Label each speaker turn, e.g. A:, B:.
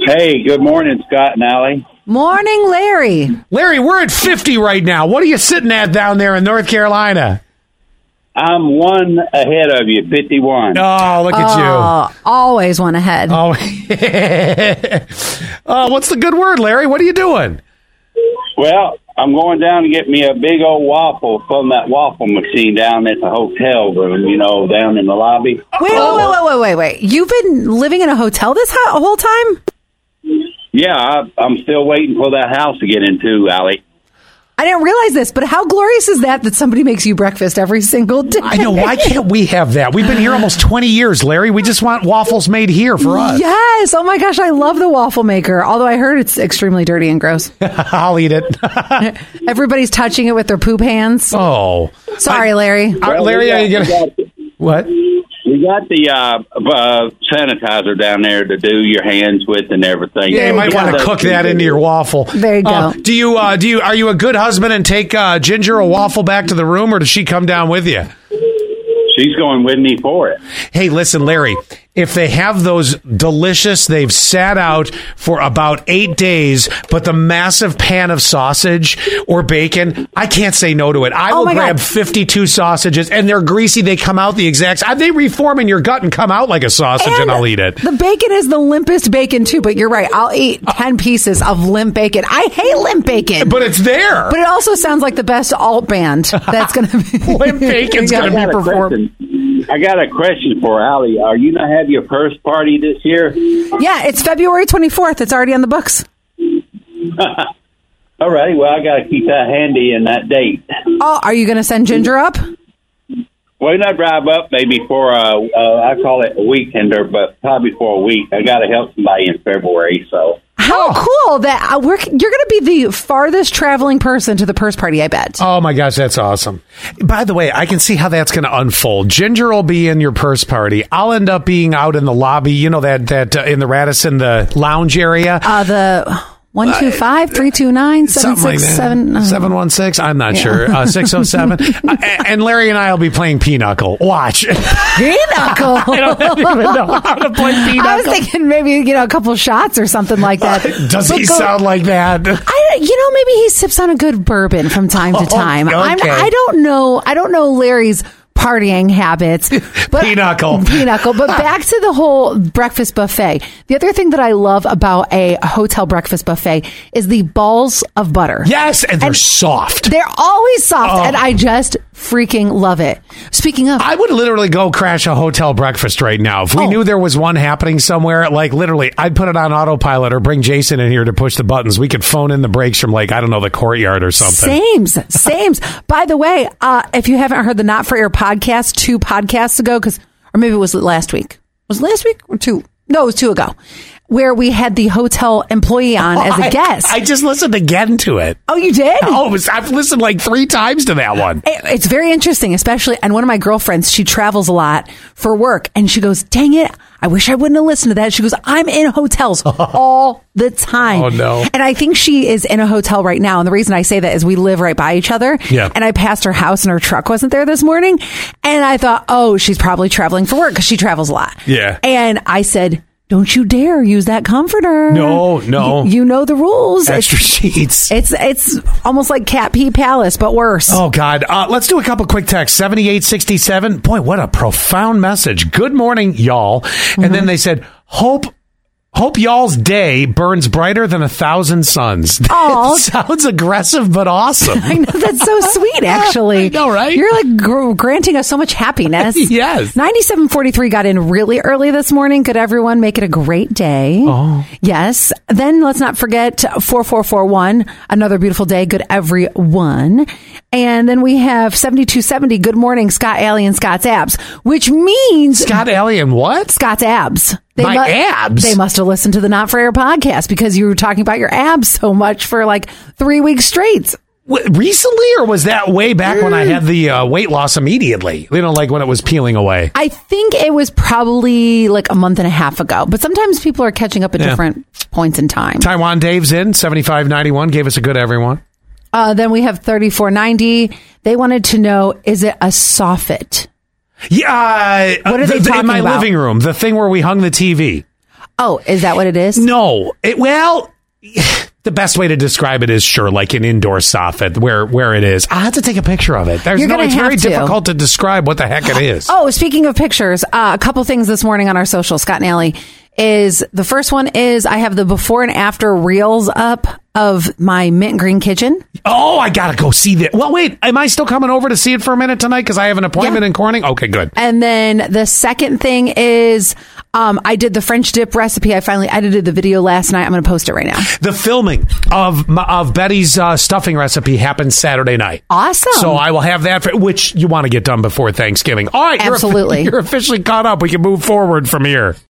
A: Hey, good morning, Scott and Allie.
B: Morning, Larry.
C: Larry, we're at 50 right now. What are you sitting at down there in North Carolina?
A: I'm one ahead of you, 51.
C: Oh, look at you.
B: Oh, always one ahead.
C: Oh, Oh, what's the good word, Larry? What are you doing?
A: Well, I'm going down to get me a big old waffle from that waffle machine down at the hotel room, you know, down in the lobby.
B: Wait, wait, wait,
C: oh.
B: wait, wait, wait, wait. You've been living in a hotel this ho- whole time?
A: Yeah, I, I'm still waiting for that house to get into, Allie.
B: I didn't realize this, but how glorious is that that somebody makes you breakfast every single day?
C: I know. Why can't we have that? We've been here almost 20 years, Larry. We just want waffles made here for us.
B: Yes. Oh my gosh, I love the waffle maker. Although I heard it's extremely dirty and gross.
C: I'll eat it.
B: Everybody's touching it with their poop hands.
C: oh.
B: Sorry, Larry.
C: Uh, Larry,
A: we
C: are you
A: got-
C: going to.
A: we got-
C: What?
A: We got the uh, uh, sanitizer down there to do your hands with and everything.
C: Yeah, you might
B: you
C: want to
B: go.
C: cook that into your waffle.
B: There you
C: Uh,
B: go.
C: do you uh, do you are you a good husband and take uh, Ginger a waffle back to the room, or does she come down with you?
A: She's going with me for it.
C: Hey, listen, Larry, if they have those delicious, they've sat out for about eight days, but the massive pan of sausage or bacon, I can't say no to it. I
B: Oh
C: will
B: my God.
C: grab 52 sausages and they're greasy. They come out the exact, they reform in your gut and come out like a sausage and, I'll eat it. Oh.
B: The bacon is the limpest bacon too, but you're right. I'll eat 10 pieces of limp bacon. I hate limp bacon.
C: But it's there.
B: But it also sounds like the best alt band that's going to be.
C: Limp Bacon's
B: Yeah.
C: gonna be-
A: I got a
C: perform-
A: question. I got a question for Allie. Are you not have your first party this year?
B: Yeah, it's February 24th. It's already on the books.
A: All righty. Well, I got to keep that handy in that date.
B: Oh, are you going to send Ginger up?
A: Well, not drive up maybe for a, uh, I call it a weekender, but probably for a week. I got to help somebody in February, so
B: How
C: Oh.
B: cool that uh, we're, you're going to be the farthest traveling person to the purse party, I bet.
C: Oh my gosh, that's awesome. By the way, I can see how that's going to unfold. Ginger will be in your purse party. I'll end up being out in the lobby, you know, that, that uh, in the Radisson, the lounge area.
B: Uh, the one two five three two nine seven
C: Something like
B: six
C: that.
B: seven. uh,
C: 716. I'm not sure. Uh, 607. uh, and Larry and I will be playing Pinochle. Watch. I
B: Pinochle.
C: don't even know how to play
B: I was
C: Pinochle.
B: thinking maybe you know a couple shots or something like that.
C: Uh, Does
B: But
C: he
B: go-
C: sound like that?
B: I, you know, maybe he sips on a good bourbon from time to
C: Oh,
B: time. I'm-
C: okay.
B: I don't know. I don't know Larry's partying habits. But
C: Pinochle.
B: Pinochle. But back to the whole breakfast buffet. The other thing that I love about a hotel breakfast buffet is the balls of butter.
C: Yes, and they're soft.
B: They're always soft,
C: Oh.
B: and I just freaking love it. Speaking of,
C: I would literally go crash a hotel breakfast right now. If we
B: Oh.
C: knew there was one happening somewhere, like literally, I'd put it on autopilot or bring Jason in here to push the buttons. We could phone in the breaks from like, I don't know, the courtyard or something.
B: Sames, sames. By the way, uh, if you haven't heard the Not for Air podcast two podcasts ago, because or maybe it was last week. Was it last week or two? No, it was two ago, where we had the hotel employee on as a guest.
C: Oh, I, I just listened again to it.
B: oh, you did?
C: Oh, it was- I've listened like three times to that one.
B: It- It's very interesting, especially. And one of my girlfriends, she travels a lot for work, and she goes, "Dang it, I wish I wouldn't have listened to that." She goes, "I'm in hotels all the time."
C: Oh, no.
B: And I think she is in a hotel right now. And the reason I say that is we live right by each other.
C: Yeah.
B: And I passed her house, and her truck wasn't there this morning. And I thought, oh, she's probably traveling for work because she travels a lot.
C: Yeah.
B: And I said. Don't you dare use that comforter.
C: No, no.
B: You, you know the rules.
C: Extra sheets.
B: It's it's almost like Cat Pee Palace, but worse.
C: Oh God! Uh, let's do a couple quick texts. Seventy-eight, sixty-seven. Boy, what a profound message. Good morning, y'all.
B: Mm-hmm.
C: And then they said, "Hope, hope y'all's day burns brighter than a thousand suns." That
B: Aw.
C: sounds aggressive, but awesome.
B: I know that's so sweet. Actually,
C: I know, right?
B: You're like gr- granting us so much happiness.
C: Yes.
B: Ninety-seven forty-three got in really early this morning. Could everyone make it a great day? Oh, yes. Then let's not forget four four four one. Another beautiful day. Good everyone. And then we have seventy-two seventy. Good morning, Scott Alley and Scott's abs, which means
C: Scott Alien, what?
B: Scott's abs. They
C: My abs?
B: They must have listened to the Not for Air podcast because you were talking about your abs so much for like three weeks straight.
C: W- recently, or was that way back
B: Mm.
C: when I had the uh, weight loss immediately? You know, like when it was peeling away.
B: I think it was probably like a month and a half ago, but sometimes people are catching up at
C: Yeah.
B: different points in time.
C: Taiwan Dave's in seventy-five, ninety-one. Gave us a good everyone.
B: Uh, then we have 3490. They wanted to know is it a soffit?
C: Yeah. uh,
B: What are they
C: the- the-
B: talking
C: in my
B: about?
C: living room? The thing where we hung the TV.
B: Oh, is that what it is?
C: No. It, well, the best way to describe it is sure, like an indoor soffit where where it is. I have to take a picture of it. There's
B: You're
C: no.
B: gonna
C: It's very
B: have to.
C: difficult to describe what the heck it is.
B: Oh, speaking of pictures, uh, a couple things this morning on our social, Scott and Allie, is the first one is I have the before and after reels up of my mint green kitchen.
C: Oh, I gotta go see that. Well, wait. Am I still coming over to see it for a minute tonight? Because I have an appointment
B: Yeah.
C: in Corning. Okay, good.
B: And then the second thing is um, I did the French dip recipe. I finally edited the video last night. I'm going to post it right now.
C: The filming of my, of Betty's uh, stuffing recipe happens Saturday night.
B: Awesome.
C: So I will have that, for, which you want to get done before Thanksgiving. All right, you're-
B: Absolutely.
C: You're, officially caught up. We can move forward from here.